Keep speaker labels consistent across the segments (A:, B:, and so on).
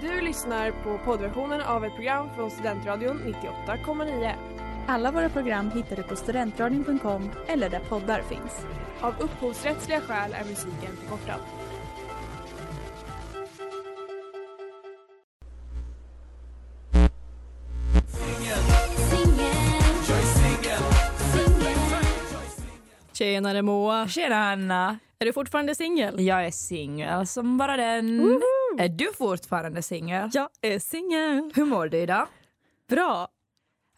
A: Du lyssnar på poddversionen av ett program från Studentradion 98,9.
B: Alla våra program hittar du på studentradion.com eller där poddar finns.
A: Av upphovsrättsliga skäl är musiken förkortad.
C: Tjenare Moa!
D: Tjena Hanna!
C: Är du fortfarande singel?
D: Jag är singel som bara den. Är du fortfarande singel?
C: Jag är singel!
D: Hur mår du idag?
C: Bra!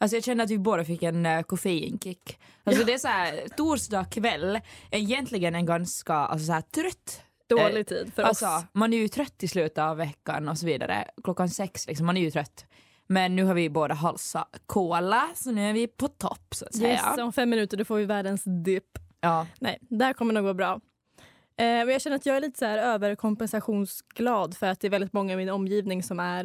D: Alltså jag kände att vi båda fick en uh, koffeinkick. Alltså det är så här, torsdag kväll, egentligen en ganska alltså så här, trött eh,
C: Dålig tid för
D: alltså,
C: oss.
D: Man är ju trött i slutet av veckan och så vidare. Klockan sex liksom, man är ju trött. Men nu har vi båda halsat cola så nu är vi på topp så att säga.
C: Yes, om fem minuter då får vi världens dipp.
D: Ja.
C: Nej, det här kommer nog gå bra. Eh, men jag känner att jag är lite så här överkompensationsglad för att det är väldigt många i min omgivning som är...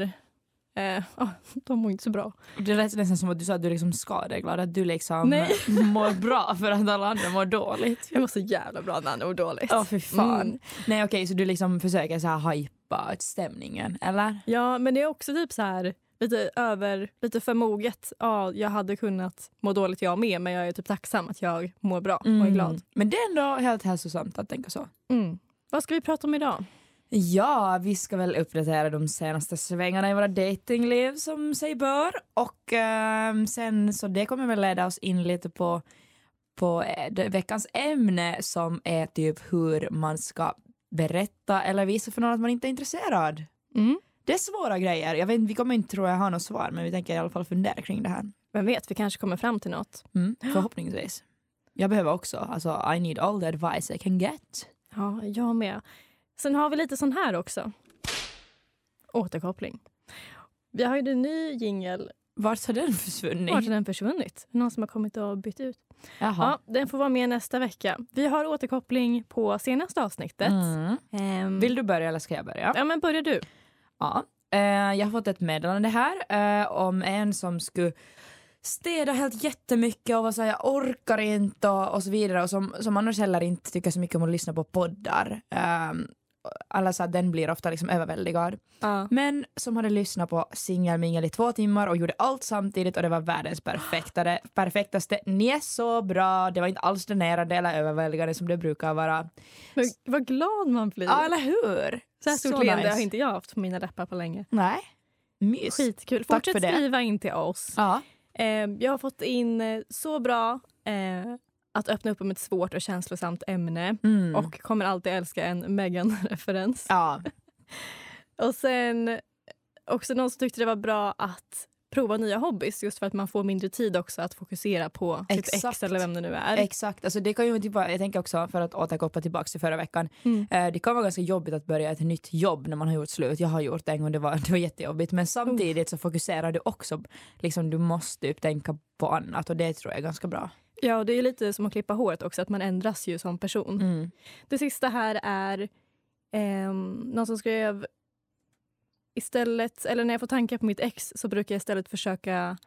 C: Eh, ja, de mår inte så bra.
D: Det lät nästan som att du sa att du är liksom skadeglad, att du liksom
C: Nej.
D: mår bra för att alla andra mår dåligt.
C: Jag mår så jävla bra med andra ord dåligt.
D: Ja, för fan.
C: Mm.
D: Nej, okej, så du liksom försöker så här hypa stämningen, eller?
C: Ja, men det är också typ så här lite över, lite förmoget. Ja, jag hade kunnat må dåligt jag med men jag är typ tacksam att jag mår bra och är
D: Mm.
C: glad.
D: Men det är ändå helt hälsosamt att tänka så.
C: Mm. Vad ska vi prata om idag?
D: Ja, vi ska väl uppdatera de senaste svängarna i våra datingliv som sig bör. Och ehm, sen så det kommer väl leda oss in lite på, på eh, det- veckans ämne som är typ hur man ska berätta eller visa för någon att man inte är intresserad.
C: Mm.
D: Det är svåra grejer. Jag vet, inte, vi kommer inte tror jag ha något svar men vi tänker i alla fall fundera kring det här.
C: Vem vet, vi kanske kommer fram till något.
D: Mm, förhoppningsvis. Jag behöver också, alltså I need all the advice I can get.
C: Ja, jag med. Sen har vi lite sån här också. Återkoppling. Vi har ju en ny jingel.
D: Vart har den försvunnit?
C: Vart har den försvunnit? Någon som har kommit och bytt ut.
D: Jaha.
C: Ja, den får vara med nästa vecka. Vi har återkoppling på senaste avsnittet.
D: Mm.
C: Ehm,
D: Vill du börja eller ska jag börja?
C: Ja, men börjar du.
D: Ja. Eh, jag har fått ett meddelande här eh, om en som skulle städa helt jättemycket och var såhär jag orkar inte och, och så vidare och som, som annars heller inte tycker så mycket om att lyssna på poddar. Eh, alla så här, den blir ofta liksom överväldigad.
C: Ja.
D: Men som hade lyssnat på singelmingel i två timmar och gjorde allt samtidigt och det var världens perfektare, perfektaste. Ni är så bra. Det var inte alls dränerande eller överväldigande som det brukar vara.
C: Men vad glad man blir.
D: Ja, eller hur?
C: så här stort leende har inte jag haft på mina läppar på länge.
D: Nej. Mys.
C: Skitkul.
D: Tack
C: Fortsätt
D: för det.
C: skriva in till oss.
D: Ja.
C: Eh, jag har fått in eh, så bra eh, att öppna upp om ett svårt och känslosamt ämne
D: Mm.
C: och kommer alltid älska en Meghan-referens.
D: ja.
C: Och sen också någon som tyckte det var bra att prova nya hobbys just för att man får mindre tid också att fokusera på sitt ex
D: Exakt.
C: eller vem det nu är.
D: Exakt, alltså det kan ju typ, vara- jag tänker också för att återkoppla tillbaka till förra veckan.
C: Mm.
D: Eh, det kan vara ganska jobbigt att börja ett nytt jobb när man har gjort slut. Jag har gjort det en gång, det var, det var jättejobbigt. Men samtidigt så fokuserar du också, liksom du måste typ tänka på annat och det tror jag är ganska bra.
C: Ja, och det är ju lite som att klippa håret också, att man ändras ju som person.
D: Mm.
C: Det sista här är ehm, någon som skrev istället, eller när jag får tankar på mitt ex så brukar jag istället försöka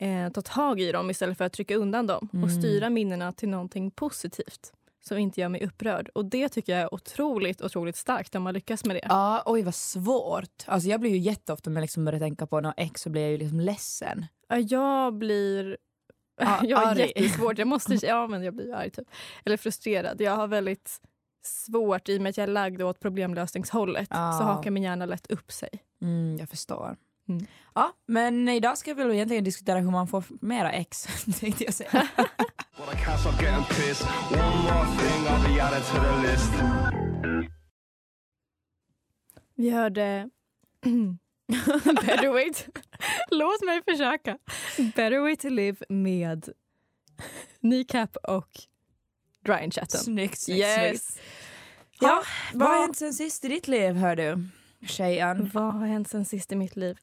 C: eh, ta tag i dem istället för att trycka undan dem och
D: Mm.
C: styra minnena till någonting positivt som inte gör mig upprörd. Och det tycker jag är otroligt, otroligt starkt om man lyckas med det.
D: Ja, oj vad svårt. Alltså jag blir ju jätteofta om jag liksom börjar tänka på något ex så blir jag ju liksom ledsen.
C: Ja, Jag blir...
D: Ja,
C: jag har
D: arg.
C: jättesvårt. Jag måste... Ja, men jag blir arg typ. Eller frustrerad. Jag har väldigt svårt, i och med att jag är lagd åt problemlösningshållet,
D: Ja.
C: så hakar min hjärna lätt upp sig.
D: Mm, jag förstår.
C: Mm.
D: Ja, men idag ska vi väl egentligen diskutera hur man får mera ex, tänkte jag säga.
E: Well, I can't stop getting pissed. One more thing, I'll be added to the list.
C: Vi hörde... Better wait. Låt mig försöka. Better way to live med Kneecap och Brian Chatton.
D: Snyggt, snyggt, snyggt.
C: Yes.
D: Ja, vad har
C: vad-
D: hänt sen sist i ditt liv hör du? Tjejen.
C: Vad har hänt sen sist i mitt liv?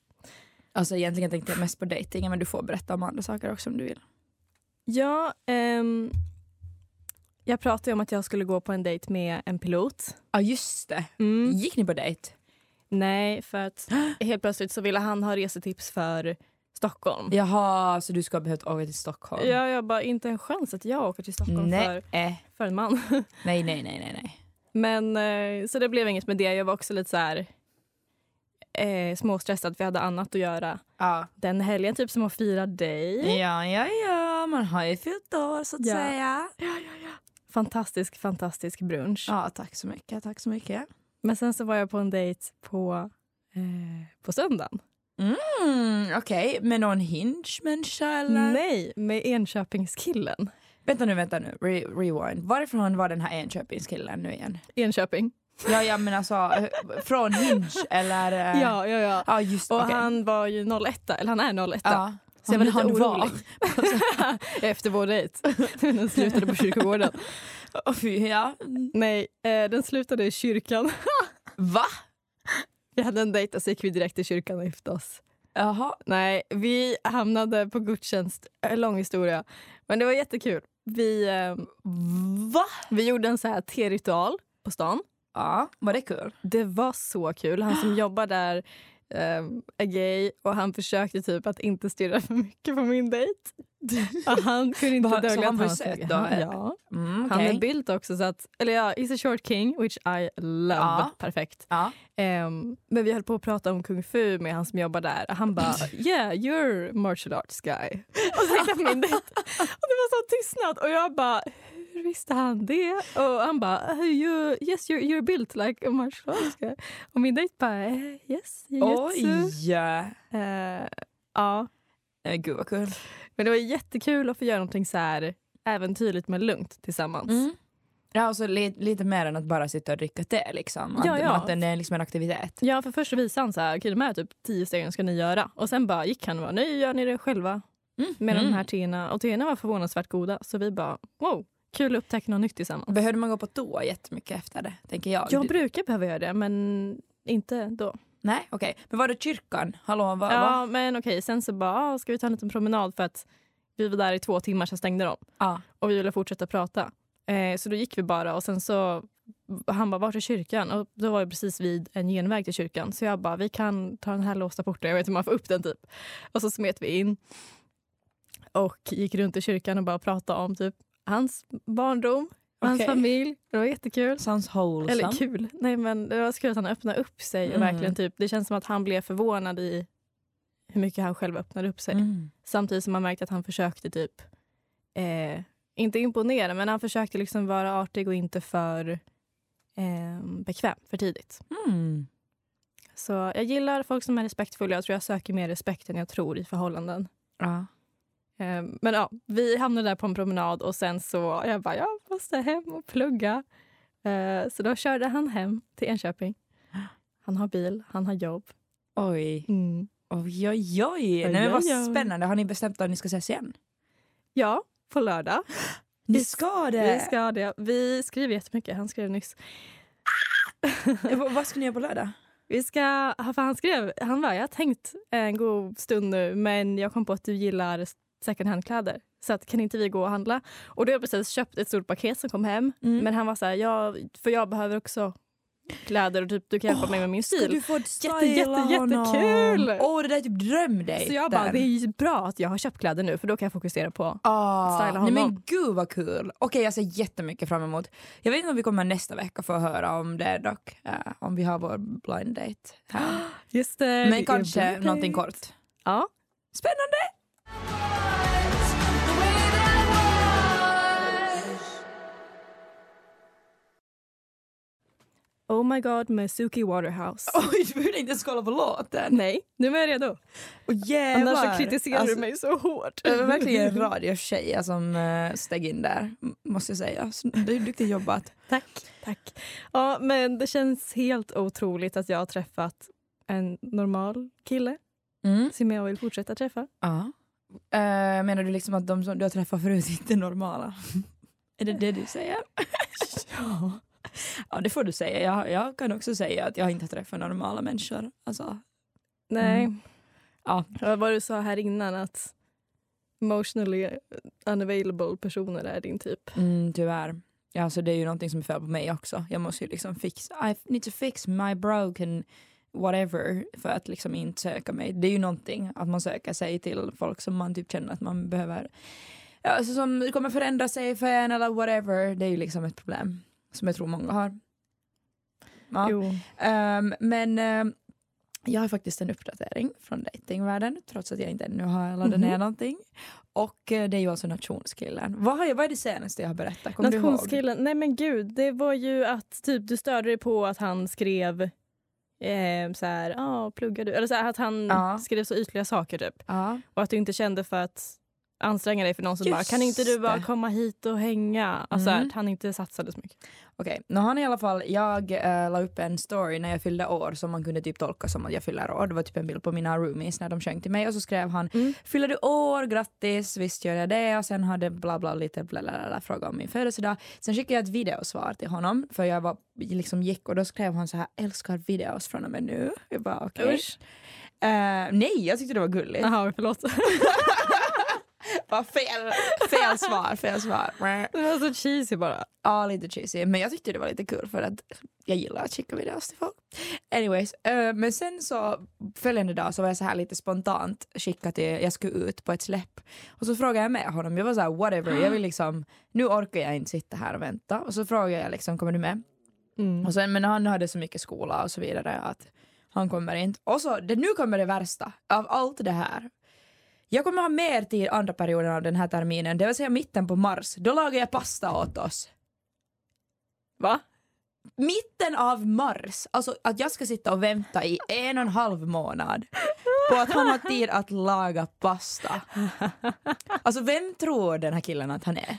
D: Alltså egentligen tänkte jag mest på dejtingen men du får berätta om andra saker också om du vill.
C: Ja, ehm, jag pratade ju om att jag skulle gå på en dejt med en pilot. Mm.
D: Ja just det. Mm. Gick ni på dejt?
C: Nej, för att helt plötsligt så ville han ha resetips för Stockholm.
D: Mm. Jaha, så du ska ha behövt åka till Stockholm?
C: Ja, jag bara, inte en chans att jag åker till Stockholm för,
D: Nej. eh,
C: för en man.
D: nej, nej, nej, nej, nej.
C: Men eh, så det blev inget med det. Jag var också lite så här... eh, småstressad för jag hade annat att göra
D: Ja.
C: den helgen, typ som att fira dig.
D: ja, ja, ja, man har ju fyllt år så att
C: Ja.
D: säga.
C: Fantastisk, fantastisk brunch.
D: Ja, tack så mycket, tack så mycket.
C: Men sen så var jag på en dejt på, eh, på söndagen.
D: Mm, Okej, med någon hinge-människa eller?
C: Nej, med Enköpingskillen.
D: Vänta nu, vänta nu, Re- rewind. Varifrån var den här Enköpingskillen nu igen?
C: Enköping.
D: Ja, ja men alltså eh, från hinge eller? eh,
C: Ja, ja, ja.
D: Ja, just
C: Äh. Och
D: okej.
C: han var ju 01, eller han är 01.
D: Ja.
C: Så jag
D: Men
C: var lite
D: han
C: orolig.
D: var-
C: Efter vår dejt. Den slutade på kyrkogården.
D: Åh, fy, ja.
C: Nej, eh, den slutade i kyrkan.
D: Va?
C: Vi hade en dejt och så gick vi direkt till kyrkan och gifte oss.
D: Jaha.
C: Nej, vi hamnade på gudstjänst. Eh, Lång historia. Men det var jättekul. Vi, eh,
D: Va?
C: vi gjorde en så här teritual på stan.
D: Ja, var det kul?
C: Det var så kul. Han som jobbar där eh, är gay och han försökte typ att inte stirra för mycket på min dejt. Och han kunde inte
D: Va, så
C: dölja
D: han
C: att
D: var
C: var
D: söt
C: snygg.
D: då,
C: Han-
D: eller?
C: Ja.
D: Mm,
C: Han
D: okej.
C: är built också, så att, eller ja, he's a short king, which I love.
D: Ja.
C: Perfekt.
D: Ja.
C: Ehm, men vi höll på att prata om kung fu med han som jobbar där. Han bara “yeah, you're martial arts guy”. Och så tänkte jag på min dejt. Och det var så tystnad. Och jag bara “hur visste han det?” Och han bara “Hey, you, “yes, you're, you're built like a martial arts guy”. Och min dejt bara “Eh, “yes,
D: Oj!
C: jujutsu”. Eh, ja.
D: Eh, Gud vad kul.
C: Men det var jättekul att få göra någonting så här äventyrligt men lugnt tillsammans.
D: Mm. Ja, och så li- lite mer än att bara sitta och dricka te liksom. Att,
C: Ja, ja.
D: att den är liksom en aktivitet.
C: Ja, för först så visade han så här, okej de här typ tio stegen ska ni göra. Och sen bara gick han och bara, nu gör ni det själva
D: Mm.
C: med de här teerna. Och teerna var förvånansvärt goda, så vi bara, wow, kul att upptäcka något nytt tillsammans.
D: Behövde man gå på toa jättemycket efter det, tänker jag.
C: Jag
D: Du-
C: brukar behöva göra det, men inte då.
D: Nej, okej. Men var det kyrkan? Hallå, vad? va?
C: Ja, men okej, sen så bara, ah, ska vi ta en liten promenad för att vi var där i två timmar, sen stängde de.
D: Ja.
C: Och vi ville fortsätta prata. Eh, så då gick vi bara och sen så, han bara, vart är kyrkan? Och då var det precis vid en genväg till kyrkan. Så jag bara, vi kan ta den här låsta porten, jag vet hur man får upp den typ. Och så smet vi in och gick runt i kyrkan och bara pratade om typ hans barndom, och hans
D: Okej.
C: familj. Det var jättekul.
D: Sounds wholesome.
C: Eller typ. kul. Nej, men det var så kul att han öppnade upp sig. Och
D: Mm.
C: verkligen typ, det känns som att han blev förvånad i hur mycket han själv öppnade upp sig.
D: Mm.
C: Samtidigt som man märkte att han försökte typ, eh, inte imponera, men han försökte liksom vara artig och inte för eh, bekväm för tidigt.
D: Mm.
C: Så jag gillar folk som är respektfulla. Jag tror jag söker mer respekt än jag tror i förhållanden.
D: Ja.
C: Eh, men ja, vi hamnade där på en promenad och sen så, jag bara, jag måste hem och plugga. Eh, så då körde han hem till Enköping. Han har bil, han har jobb. Mm.
D: Oj. Oj, oj, oj. Nej,
C: Oj,
D: men vad
C: oj, oj.
D: spännande. Har ni bestämt att ni ska ses igen?
C: Ja, på lördag.
D: Ni
C: Vi-
D: ska
C: Vi
D: det!
C: ska det. Vi skriver jättemycket, han skrev nyss.
D: Eh, vad- vad ska ni göra på lördag?
C: Vi ska, ja, för han skrev, han var jag har tänkt en god stund nu men jag kom på att du gillar second hand-kläder. Så att, kan inte vi gå och handla? Och då har jag precis köpt ett stort paket som kom hem.
D: Mm.
C: Men han var så här, jag, för jag behöver också kläder och typ, du kan hjälpa mig med min
D: Ska
C: stil.
D: du få styla
C: jätte,
D: honom?
C: jättekul!
D: Åh, det där är typ drömdejten.
C: Så jag bara, det är ju bra att jag har köpt kläder nu för då kan jag fokusera på.
D: Ah,
C: Styla
D: nej men
C: honom.
D: gud vad kul! Okej jag ser jättemycket fram emot. Jag vet inte om vi kommer nästa vecka få höra om det dock. eh, om vi har vår blind date. här.
C: Just det,
D: men kanske någonting kort.
C: Ja.
D: Spännande!
C: Oh my god med Suki Waterhouse.
D: Oj du behövde inte ens kolla på låten.
C: Nej, nu är jag redo.
D: Oh,
C: Annars så kritiserar du mig så hårt.
D: Det var Alltså, verkligen en radiotjej som eh, steg in där, m- måste jag säga. Så Det är duktigt jobbat.
C: Tack. Tack. Ja, men det känns helt otroligt att jag har träffat en normal kille
D: Mm.
C: som jag vill fortsätta träffa.
D: Ja. Eh, menar du liksom att de som du har träffat förut inte är normala? är det det du säger? ja. ja, det får du säga. Jag, jag kan också säga att jag inte har träffat normala människor. Alltså,
C: Nej.
D: Mm. Ja.
C: Ja, Vad du sa här innan att emotionally unavailable personer är din typ.
D: mm, tyvärr. Ja, alltså, det är ju någonting som är fel på mig också. Jag måste ju liksom fixa, I need to fix my broken whatever för att liksom inte söka mig. Det är ju någonting att man söker sig till folk som man typ känner att man behöver, ja, alltså, som kommer förändra sig för en eller whatever. Det är ju liksom ett problem som jag tror många har. Ja.
C: Jo.
D: Ehm, men ehm, Jag har faktiskt en uppdatering från datingvärlden trots att jag inte ännu har laddat ner någonting. Och eh, det är ju alltså nationskillen. Vad, har jag, vad är det senaste jag har berättat? Kommer du ihåg?
C: Nationskillen, nej men gud, det var ju att typ du störde dig på att han skrev eh, så här, ja pluggar du? Eller så här, att han
D: Ja.
C: skrev så ytliga saker typ.
D: Ja.
C: Och att du inte kände för att anstränga dig för någon som
D: Just
C: bara, kan inte du bara
D: det.
C: komma hit och hänga? Alltså
D: Mm.
C: att han inte satsade så mycket.
D: Okej, nu har han i alla fall, jag äh, la upp en story när jag fyllde år som man kunde typ tolka som att jag fyller år. Det var typ en bild på mina roomies när de sjöng till mig och så skrev han
C: Mm.
D: “Fyller du år? Grattis, visst gör jag det” och sen hade bla bla lite bla bla, bla, bla fråga om min födelsedag. Sen skickade jag ett videosvar till honom för jag var, liksom gick och då skrev han så här “älskar videos från och med nu”. Jag bara okej.
C: Usch.
D: Eh, nej, jag tyckte det var gulligt.
C: Jaha, förlåt.
D: Bara fel, fel svar, fel svar.
C: det var så cheesy bara.
D: Ja, lite cheesy. Men jag tyckte det var lite kul för att jag gillar att skicka videos till folk. Anyways, eh, men sen så följande dag så var jag så här lite spontant skickad till, jag skulle ut på ett släpp. Och så frågade jag med honom, jag var så här whatever, jag vill liksom, nu orkar jag inte sitta här och vänta. Och så frågade jag liksom, kommer du med?
C: Mm.
D: Och sen, men han hade så mycket skola och så vidare att han kommer inte. Och så, det, nu kommer det värsta av allt det här. Jag kommer ha mer tid andra perioden av den här terminen, det vill säga mitten på mars. Då lagar jag pasta åt oss.
C: Va?
D: Mitten av mars, alltså att jag ska sitta och vänta i en och en halv månad på att han har tid att laga pasta. Alltså vem tror den här killen att han är?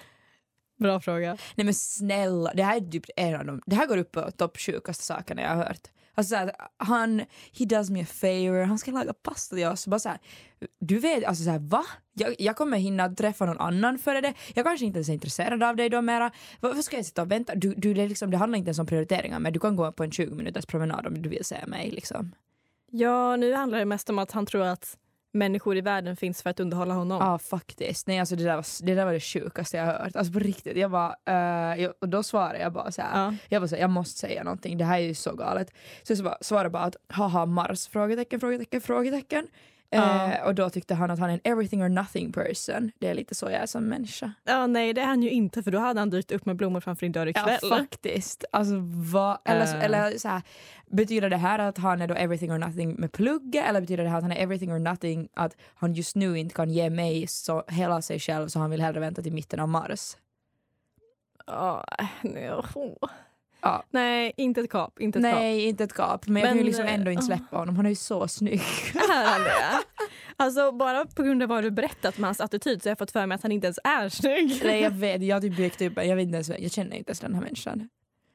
C: Bra fråga.
D: Nej men snälla, det här är typ en av de, det här går upp på topp sjukaste sakerna jag har hört. Alltså såhär, han, he does me a favor, han ska laga pasta till oss. Bara såhär, du vet, alltså såhär va? Jag, jag kommer hinna träffa någon annan före det, jag kanske inte ens är intresserad av dig då mera. Varför ska jag sitta och vänta? Du, du, det, är liksom, det handlar inte ens om prioriteringar men du kan gå på en 20 minuters promenad om du vill se mig liksom.
C: Ja, nu handlar det mest om att han tror att människor i världen finns för att underhålla honom.
D: Ja faktiskt, Ah, nej alltså det där var det, där var det sjukaste jag har hört. Alltså på riktigt, jag bara, eh, jag, och då svarade jag bara såhär
C: Ja.
D: Jag var så här, jag måste säga någonting, det här är ju så galet. Så jag sva- svarade bara att haha Mars? Frågetecken, frågetecken, frågetecken.
C: Ja.
D: Eh, och då tyckte han att han är en everything or nothing person. Det är lite så jag är som människa.
C: Ja, nej det är han ju inte för då hade han dykt upp med blommor framför din dörr ikväll.
D: Ja, faktiskt. Alltså, vad, eller, så-
C: Eh.
D: eller så här, betyder det här att han är då everything or nothing med plugget eller betyder det här att han är everything or nothing att han just nu inte kan ge mig så, hela sig själv så han vill hellre vänta till mitten av mars?
C: Ja, nej, åh.
D: Ja.
C: nej, inte ett kap. Inte ett kap.
D: Nej, inte ett gap. Men jag kan ju
C: Men,
D: liksom ändå inte
C: eh,
D: släppa honom. Han är ju så snygg.
C: Är han det? Alltså, bara på grund av vad du berättat om hans attityd så har jag fått för mig att han inte ens är snygg.
D: Nej jag vet, jag har typ byggt upp jag vet inte ens, jag känner inte ens den här människan.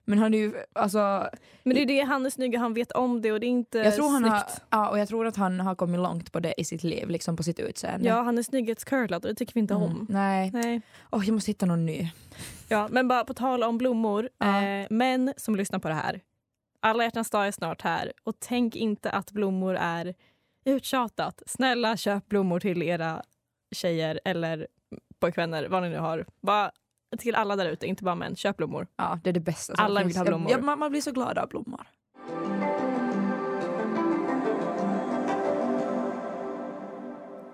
D: Men han är ju, alltså,
C: Men det är det, han är snygg och han vet om det och det är inte
D: jag tror, han
C: snyggt.
D: har, ja, och jag tror att han har kommit långt på det i sitt liv, liksom på sitt utseende.
C: Ja, han är snygghetscurlad och det tycker vi inte
D: Mm.
C: om.
D: Nej,
C: Nej.
D: Åh, jag måste hitta någon ny.
C: Ja, men bara på tal om blommor.
D: Ja.
C: Eh, män som lyssnar på det här. Alla hjärtans dag är snart här och tänk inte att blommor är uttjatat. Snälla köp blommor till era tjejer eller pojkvänner, vad ni nu har. Bara till alla där ute, inte bara män. Köp blommor.
D: Ja, det är det bästa som
C: Alla
D: finns.
C: vill ha blommor.
D: Jag, jag, man, man blir så glad av blommor.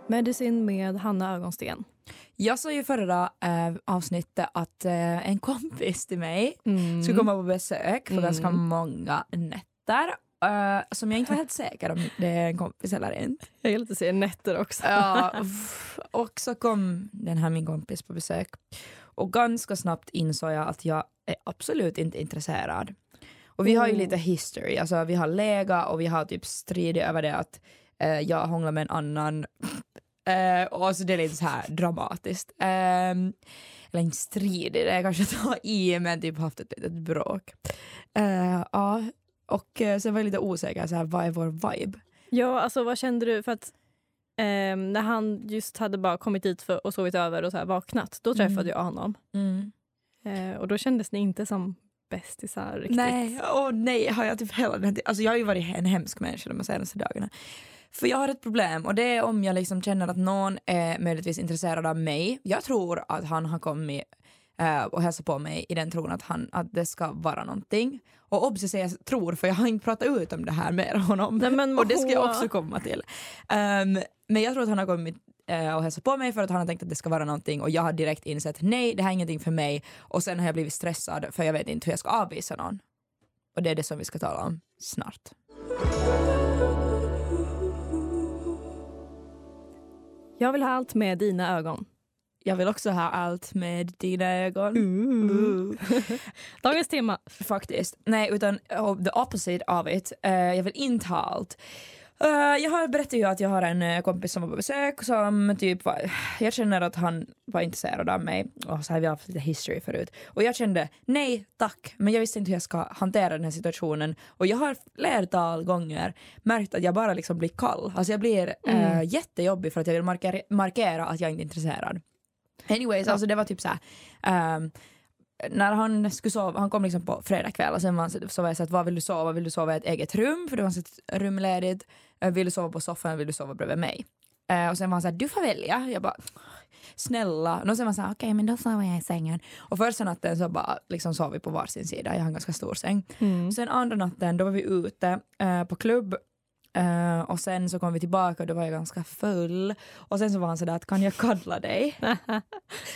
C: Medicin med Hanna Ögonsten.
D: Jag sa ju förra eh, avsnittet att eh, en kompis till mig skulle komma på besök för
C: Mm.
D: ganska många nätter. eh, som jag inte var helt säker om det är en kompis eller inte.
C: Jag gillar att säga nätter också.
D: Ja, uff. och så kom den här min kompis på besök och ganska snabbt insåg jag att jag är absolut inte intresserad. Och vi har ju
C: Oh.
D: lite history, alltså vi har legat och vi har typ stridit över det att eh, jag hånglar med en annan eh, och så det är lite så här dramatiskt. Ehm, eller inte stridit, det är kanske att ta i men typ haft ett litet bråk. Eh, Ja, och eh, sen var jag lite osäker, så här, vad är vår vibe?
C: Ja, alltså vad kände du? För att ehm, när han just hade bara kommit dit för, och sovit över och så här vaknat, då träffade
D: Mm.
C: jag honom. Eh, och då kändes ni inte som bästisar riktigt.
D: Nej, åh nej, har jag typ hela den här tiden- Alltså jag har ju varit en hemsk människa de senaste dagarna. För jag har ett problem och det är om jag liksom känner att någon är möjligtvis intresserad av mig. Jag tror att han har kommit eh, och hälsat på mig i den tron att, han, att det ska vara någonting. Och obs, jag säger tror för jag har inte pratat ut om det här med honom.
C: Nej, men
D: och det ska jag
C: åh.
D: också komma till. Ehm, men jag tror att han har kommit eh, och hälsat på mig för att han har tänkt att det ska vara någonting och jag har direkt insett nej det här är ingenting för mig och sen har jag blivit stressad för jag vet inte hur jag ska avvisa någon. Och det är det som vi ska tala om snart.
C: Jag vill ha allt med dina ögon.
D: Jag vill också ha allt med dina ögon.
C: Dagens tema.
D: Faktiskt. Nej, utan oh, the opposite of it. Eh, jag vill inte ha allt. Eh, jag har berättat ju att jag har en eh, kompis som var på besök som typ var, jag känner att han var intresserad av mig och så här vi har haft lite history förut och jag kände nej tack men jag visste inte hur jag ska hantera den här situationen och jag har flertal gånger märkt att jag bara liksom blir kall, alltså jag blir eh, jättejobbig för att jag vill markera, markera att jag inte är intresserad. Anyways, alltså det var typ så här ehm, när han skulle sova, han kom liksom på fredag kväll och sen var han, så- så var jag så att vad vill du sova? Vill du sova i ett eget rum? För det fanns ett rum ledigt. Eh, Vill du sova på soffan? Vill du sova bredvid mig? Eh, och sen var han så här, du får välja. Jag bara, snälla. Och sen var han så här, okej men då sover jag i sängen. Och första natten så bara liksom sov vi på varsin sida, jag har en ganska stor säng.
C: Mm.
D: Sen andra natten då var vi ute eh, på klubb Eh, och sen så kom vi tillbaka och då var jag ganska full. Och sen så var han sådär att kan jag cuddla dig?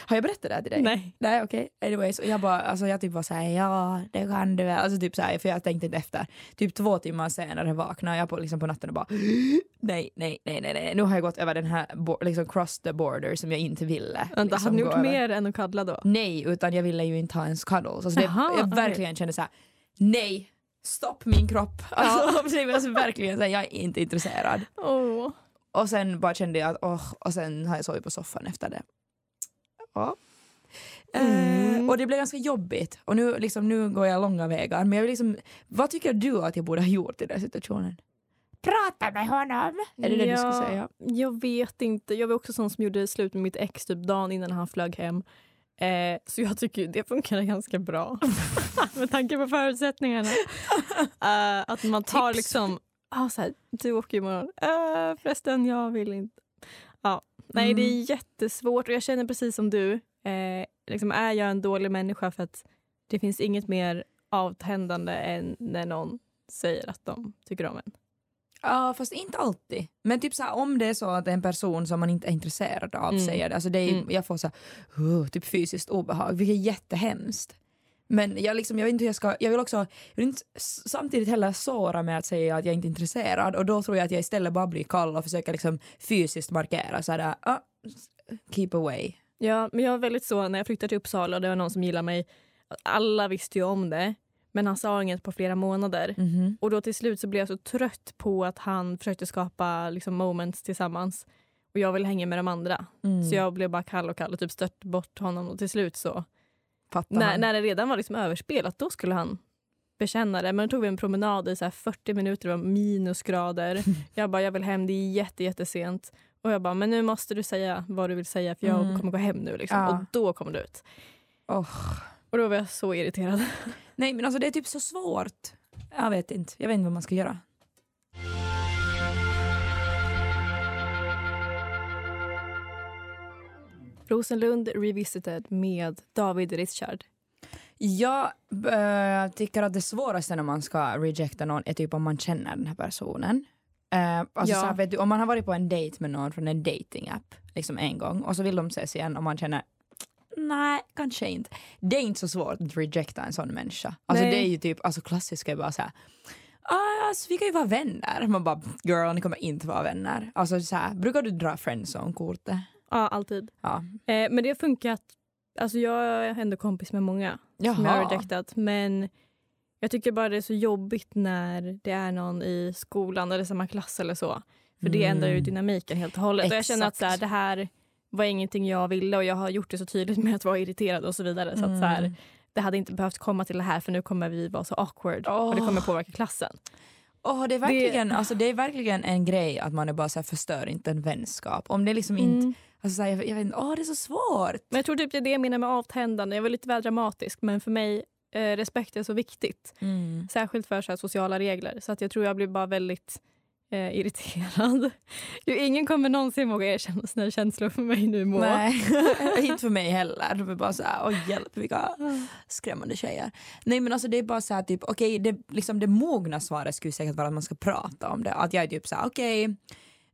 D: Har jag berättat det här till dig?
C: Nej.
D: Nej okej. Anyways, och jag bara, alltså jag typ var såhär ja det kan du väl. Alltså typ såhär för jag tänkte inte efter. Typ två timmar senare vaknade jag på, liksom på natten och bara nej, nej, nej, nej, nej. Nu har jag gått över den här bo- liksom cross the border som jag inte ville.
C: Vänta,
D: liksom,
C: hade ni
D: gå
C: gjort
D: över.
C: mer än att cuddla då?
D: Nej, utan jag ville ju inte ha ens cuddles. Alltså det,
C: Jaha,
D: jag verkligen kände såhär nej, stopp min kropp. Alltså, alltså verkligen såhär jag är inte intresserad.
C: Oh.
D: Och sen bara kände jag att åh, och sen har jag sovit på soffan efter det. Ja.
C: Mm.
D: Eh, och det blev ganska jobbigt och nu, liksom, nu går jag långa vägar men jag vill liksom, vad tycker du att jag borde ha gjort i den här situationen? Prata med honom! Är det det du skulle
C: Ja.
D: säga?
C: Jag vet inte. Jag var också sån som gjorde slut med mitt ex typ dagen innan han flög hem. Eh, så jag tycker ju det funkar ganska bra. med tanke på förutsättningarna. Eh, att man tar
D: Tips.
C: liksom... Ah, så här, du åker ju imorgon. Eh, förresten, jag vill inte. Ja. Nej, det är jättesvårt och jag känner precis som du. Eh, liksom, är jag en dålig människa för att det finns inget mer avtändande än när någon säger att de tycker om en.
D: Ja fast inte alltid. Men typ så här, om det är så att en person som man inte är intresserad av
C: Mm.
D: säger det, alltså det är,
C: Mm.
D: jag får så här, "Åh", typ fysiskt obehag, vilket är jättehemskt. Men jag, liksom, jag vet inte hur jag ska, jag vill också, jag vill inte s- samtidigt heller såra med att säga att jag inte är intresserad och då tror jag att jag istället bara blir kall och försöker liksom fysiskt markera så här, "Ah, keep away.
C: Ja, men jag var väldigt så när jag flyttade till Uppsala och det var någon som gillade mig. Alla visste ju om det, men han sa inget på flera månader. Och då till slut så blev jag så trött på att han försökte skapa liksom, moments tillsammans och jag ville hänga med de andra.
D: Mm.
C: Så jag blev bara kall och kall och typ stört bort honom och till slut så,
D: Fattar
C: när,
D: han?
C: när det redan var liksom överspelat, då skulle han bekänna det. Men då tog vi en promenad i så här 40 minuter, det var minusgrader. Jag bara, jag vill hem, det är jätte, jättesent. Och jag bara, men nu måste du säga vad du vill säga för jag
D: Mm.
C: kommer gå hem nu. Liksom.
D: Ja.
C: Och då kom det ut.
D: Åh.
C: Och då var jag så irriterad.
D: Nej men alltså det är typ så svårt. Jag vet inte, jag vet inte vad man ska göra.
C: Rosenlund Revisited med David Richard.
D: Jag eh, tycker att det svåraste när man ska rejecta någon är typ om man känner den här personen. Eh, alltså
C: Ja.
D: så här, vet du, om man har varit på en dejt med någon från en datingapp liksom en gång och så vill de ses igen och man känner nej, kanske inte. Det är inte så svårt att rejecta en sån människa. Alltså
C: Nej.
D: det är ju typ, alltså klassiska är bara så här "Ah, Alltså, vi kan ju vara vänner. Man bara girl, ni kommer inte vara vänner. Alltså så här, brukar du dra friendzone-kortet?
C: Ja, alltid.
D: Ja.
C: Eh, men det har funkat. Alltså jag är ändå kompis med många som jag har rejectat. Men jag tycker bara det är så jobbigt när det är någon i skolan eller samma klass eller så. För det ändrar ju dynamiken helt och hållet. Och jag känner att så här,
D: Exakt.
C: det här var ingenting jag ville och jag har gjort det så tydligt med att vara irriterad och så vidare. Så att så här, det hade inte behövt komma till det här för nu kommer vi vara så awkward och det kommer påverka klassen.
D: Åh, det, är verkligen, Alltså, det är verkligen en grej att man är bara så här, förstör inte en vänskap. Om det liksom inte, alltså, så här, jag, jag vet inte, åh det är så svårt.
C: Men jag tror typ det är det jag menar med avtändande. Jag var lite väl dramatisk men för mig eh, respekt är så viktigt. Särskilt för så här, sociala regler. Så att jag tror jag blir bara väldigt eh, irriterad. Jo, ingen kommer någonsin våga erkänna sina känslor för mig nu Moa.
D: Nej, inte för mig heller. De är bara så här, åh hjälp vilka skrämmande tjejer. Nej men alltså det är bara så här typ, okej det, liksom, det mogna svaret skulle säkert vara att man ska prata om det. Att jag är typ så här, okej,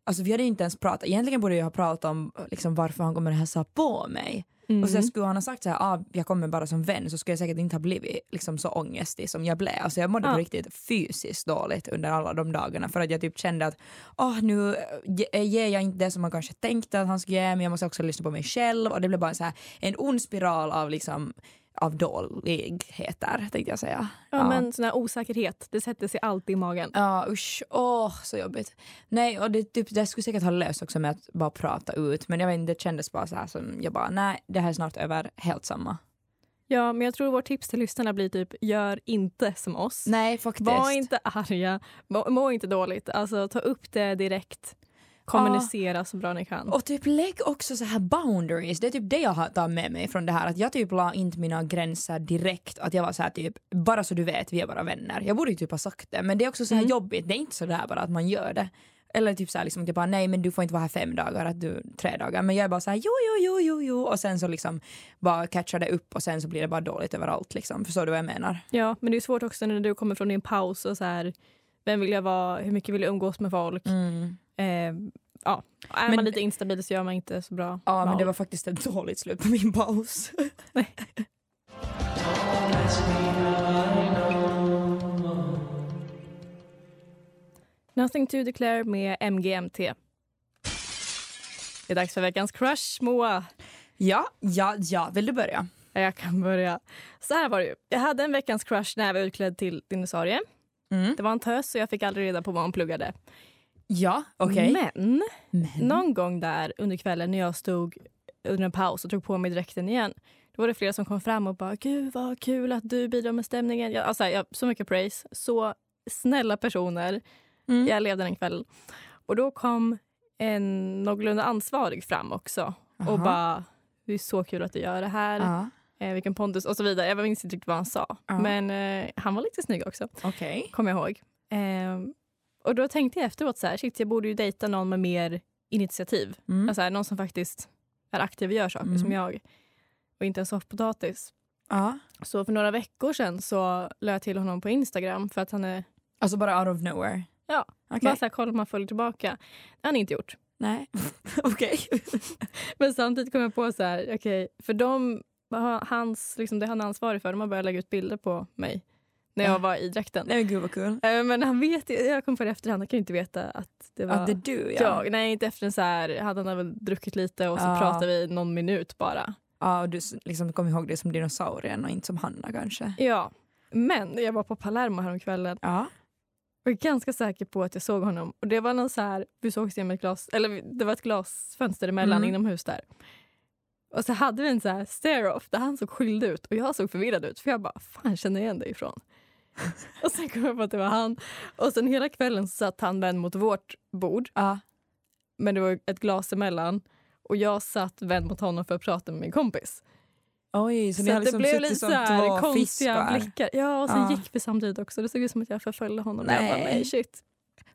D: alltså vi hade inte ens pratat, egentligen borde jag ha pratat om liksom, varför han kommer hälsa på mig.
C: Mm.
D: Och så skulle han ha sagt så här, ah, jag kommer bara som vän så skulle jag säkert inte ha blivit liksom, så ångestig som jag blev. Alltså, jag mådde på
C: Ja.
D: riktigt fysiskt dåligt under alla de dagarna för att jag typ kände att ah, nu eh, ge- ger jag inte det som man kanske tänkte att han skulle ge men jag måste också lyssna på mig själv och det blev bara så här, en ond spiral av, liksom, av dåligheter tänkte jag säga.
C: ja, men sån här osäkerhet, det sätter sig alltid i magen.
D: Ja usch, åh så jobbigt. Nej och det, typ, det skulle säkert ha löst också med att bara prata ut men jag vet inte, det kändes bara så här som jag bara nej det här är snart över, helt samma.
C: Ja, men jag tror vårt tips till lyssnarna blir typ gör inte som oss.
D: Nej faktiskt.
C: Var inte arga, må, må inte dåligt. Alltså ta upp det direkt. Kommunicera så bra ni kan.
D: Och typ lägg också så här boundaries, det är typ det jag har- tar med mig från det här att jag typ la inte mina gränser direkt att jag var så här typ bara så du vet vi är bara vänner. Jag borde ju typ ha sagt det men det är också så här jobbigt, det är inte så där bara att man gör det. Eller typ så här liksom att jag bara nej men du får inte vara här fem dagar, att du, tre dagar men jag är bara så här jo jo jo jo jo och sen så liksom bara catchar det upp och sen så blir det bara dåligt överallt liksom. Förstår du vad jag menar?
C: Ja, men det är svårt också när du kommer från din paus och så här, vem vill jag vara, hur mycket vill jag umgås med folk?
D: Mm.
C: Eh, ja. Är
D: Ehm, Men-
C: man lite instabil så gör man inte så bra
D: Ja men
C: val.
D: det var faktiskt ett dåligt slut på min paus.
C: Nothing to declare med MGMT. Det är dags för veckans crush, Moa.
D: ja, ja, ja, vill du börja?
C: Ja, Jag kan börja. Så här var det ju. Jag hade en veckans crush när jag var utklädd till dinosaurie.
D: Mm.
C: Det var en tös så jag fick aldrig reda på vad hon pluggade.
D: Ja, okej.
C: Men
D: Men.
C: någon gång där under kvällen när jag stod under en paus och tog på mig dräkten igen. Då var det flera som kom fram och bara “Gud vad kul att du bidrar med stämningen”. Jag, alltså, jag, så mycket praise. Så snälla personer.
D: Mm.
C: Jag levde den kvällen. Och då kom en någorlunda ansvarig fram också och
D: Aha.
C: bara “Det är så kul att du gör det här.
D: Ja,
C: Eh, vilken pondus” och så vidare. Jag minns inte riktigt vad han sa.
D: Ja.
C: Men eh, han var lite snygg också
D: okej.
C: kommer jag ihåg. Ehm, och då tänkte jag efteråt så här, shit jag borde ju dejta någon med mer initiativ.
D: Mm.
C: Alltså här, någon som faktiskt är aktiv och gör saker
D: Mm.
C: som jag. Och inte en soffpotatis.
D: Ja.
C: Så för några veckor sedan så lade jag till honom på Instagram för att han är,
D: Alltså bara out of nowhere?
C: Ja.
D: Okej.
C: bara så här, kolla om han följer tillbaka. Det har han inte gjort.
D: Nej. okej.
C: Men samtidigt kom jag på så här, okej, för de, ha- hans, liksom det han är ansvarig för, de har börjat lägga ut bilder på mig. När jag
D: Ja.
C: var i dräkten.
D: Nej men gud vad kul.
C: Eh, Men han vet, ju- jag kom på det efterhand, han kan ju inte veta att det var...
D: Att det är du ja.
C: Jag, nej, inte efter en så här, hade han väl druckit lite och så
D: Ja.
C: pratade vi någon minut bara.
D: Ja och du s- liksom kom ihåg det som dinosaurien och inte som Hanna kanske.
C: Ja. Men jag var på Palermo häromkvällen
D: Ja.
C: och är ganska säker på att jag såg honom. Och det var någon så här, vi sågs genom ett glas, eller vi- det var ett glasfönster emellan
D: Mm.
C: inomhus där. Och så hade vi en så här stare-off där han såg skyldig ut och jag såg förvirrad ut för jag bara, fan känner jag igen dig ifrån? och sen kom jag på att det var han. Och sen hela kvällen så satt han vänd mot vårt bord
D: Ja.
C: men det var ett glas emellan och jag satt vänd mot honom för att prata med min kompis.
D: Oj, så,
C: Så
D: ni har
C: att
D: liksom
C: det blev
D: suttit
C: lite
D: som
C: så här
D: två
C: konstiga
D: fiskar.
C: blickar. Ja, och sen
D: Ja.
C: gick vi samtidigt också. Det såg ut som att jag förföljde honom. Jag bara,
D: Nej.
C: nej shit.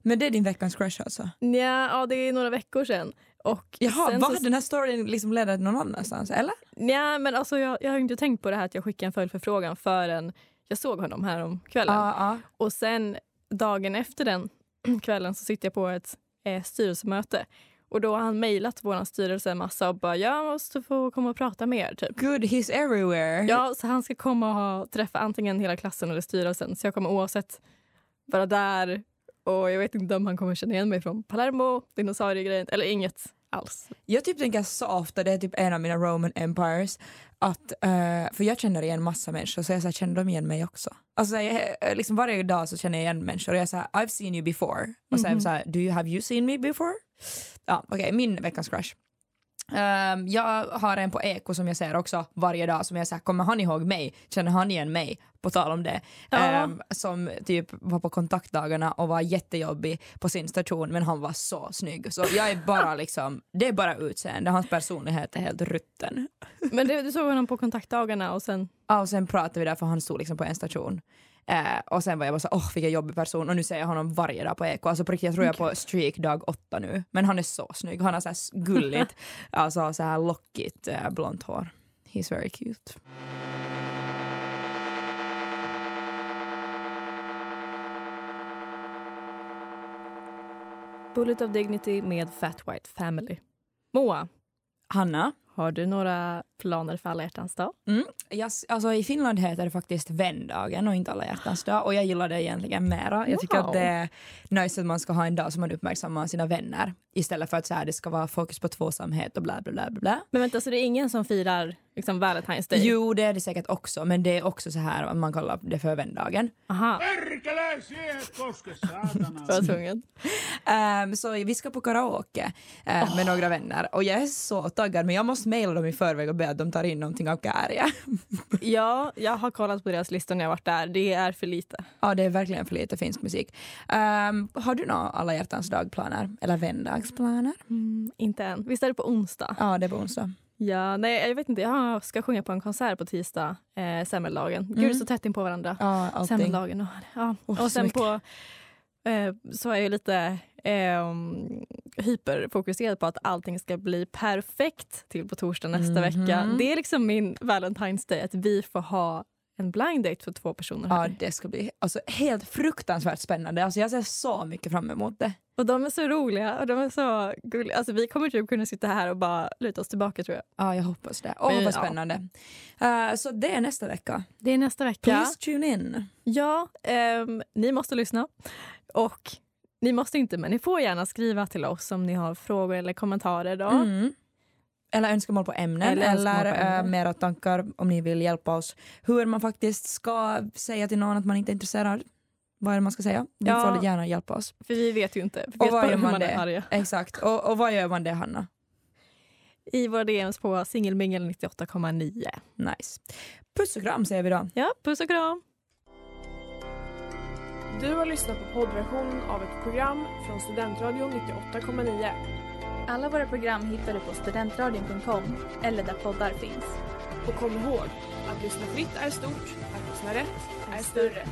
D: Men det är din veckans crush alltså?
C: Nja, ja, det är några veckor sedan. Och
D: Jaha,
C: sen
D: vad?
C: så,
D: Den här storyn liksom ledde någon annanstans eller?
C: nja, men alltså jag, jag har ju inte tänkt på det här att jag skickade en följdförfrågan förrän jag såg honom här om kvällen.
D: ja.
C: Och sen dagen efter den kvällen så sitter jag på ett eh, styrelsemöte. Och då har han mejlat vår styrelse en massa och bara jag måste få komma och prata med er typ.
D: Good, he's everywhere.
C: Ja, så han ska komma och ha, träffa antingen hela klassen eller styrelsen. Så jag kommer oavsett vara där. Och jag vet inte om han kommer känna igen mig från Palermo, dinosauriegrejen eller inget alls.
D: Jag typ tänker så ofta, det är typ en av mina Roman empires, att, eh, för jag känner igen massa människor så jag så här, känner de igen mig också? Alltså jag, eh, liksom varje dag så känner jag igen människor och jag säger I've seen you before och sen så här, do you have you seen me before? Ja, okej, min veckans crush. Ehm, jag har en på Eko som jag ser också varje dag som jag säger kommer han ihåg mig? Känner han igen mig? På tal om det.
C: Ja.
D: Ehm, som typ var på kontaktdagarna och var jättejobbig på sin station men han var så snygg. Så jag är bara liksom, det är bara utseende, hans personlighet är helt rutten.
C: Men du, du såg honom på kontaktdagarna och sen...
D: Ja, och sen pratade vi där för han stod liksom på en station. Eh, och sen var jag bara så åh vilken jobbig person och nu ser jag honom varje dag på Eko. Alltså på riktigt, jag tror jag är på streak dag åtta nu. Men han är så snygg, han har så här s- gulligt, alltså så här lockigt eh, blont hår. He's very cute.
C: Bullet of Dignity med Fat White Family. Moa,
D: Hanna,
C: har du några planer för alla hjärtans dag?
D: Jag, s- alltså, I Finland heter det faktiskt vändagen och inte alla hjärtans dag och jag gillar det egentligen mera. Jag tycker
C: Wow.
D: att det är nice att man ska ha en dag som man uppmärksammar sina vänner istället för att så här, det ska vara fokus på tvåsamhet och bla bla bla. bla, bla.
C: Men vänta, så det är ingen som firar liksom, Valentine's Day?
D: Jo, det är det säkert också, men det är också så här att man kallar det för vändagen.
C: Aha,
F: Perkele, siihen koske, saatana.
C: jag var tvungen.
D: Ehm, så vi ska på karaoke eh, med några vänner och jag är så taggad men jag måste mejla dem i förväg och be att de tar in någonting av Kääriä.
C: Ja, jag har kollat på deras listor när jag varit där. Det är för lite.
D: ja, det är verkligen för lite finsk musik. Ehm, har du några alla hjärtans dagplaner eller vändagsplaner?
C: Mm, Inte än. Visst är det på onsdag?
D: Ja, det är på onsdag.
C: Ja, nej, jag vet inte. Jag ska sjunga på en konsert på tisdag, eh, Semmellagen. Gud, så tätt in på varandra.
D: Ja, allting.
C: Semmellagen och, ja.
D: Åh,
C: och
D: så
C: sen
D: mycket.
C: på eh, så är jag lite eh, hyperfokuserad på att allting ska bli perfekt till på torsdag nästa vecka.
D: Mhm.
C: Det är liksom min Valentine's Day, att vi får ha en blind date för två personer.
D: Ja,
C: Här.
D: det ska bli alltså, helt fruktansvärt spännande. Alltså, jag ser så mycket fram emot det.
C: Och de är så roliga och de är så gulliga. Alltså, vi kommer typ kunna sitta här och bara luta oss tillbaka tror jag.
D: Ja, jag hoppas det. Åh,
C: Men,
D: vad
C: ja.
D: spännande. Eh, så det är nästa vecka.
C: Det är nästa vecka.
D: Please tune in.
C: Ja, ehm, ni måste lyssna. Och ni måste inte, men ni får gärna skriva till oss om ni har frågor eller kommentarer. Då.
D: Mm. Eller önskemål på ämnen
C: Eller
D: eller,
C: önskemål på ämnen.
D: eh, mera tankar om ni vill hjälpa oss hur man faktiskt ska säga till någon att man inte är intresserad. Vad är det man ska säga? Ni
C: Ja.
D: får gärna hjälpa oss.
C: För vi vet ju inte. Vi
D: Och
C: vet
D: vad
C: bara
D: gör
C: hur
D: man
C: man är
D: det?
C: arga.
D: Exakt. Och, och vad gör man det, Hanna?
C: I våra DMs på singelmingel 98,9.
D: Nice. Puss och kram säger vi då.
C: Ja, puss och kram!
A: Du har lyssnat på poddversionen av ett program från Studentradion 98,9.
B: Alla våra program hittar du på studentradion.com eller där poddar finns.
A: Och kom ihåg, att lyssna fritt är stort, att lyssna rätt är större.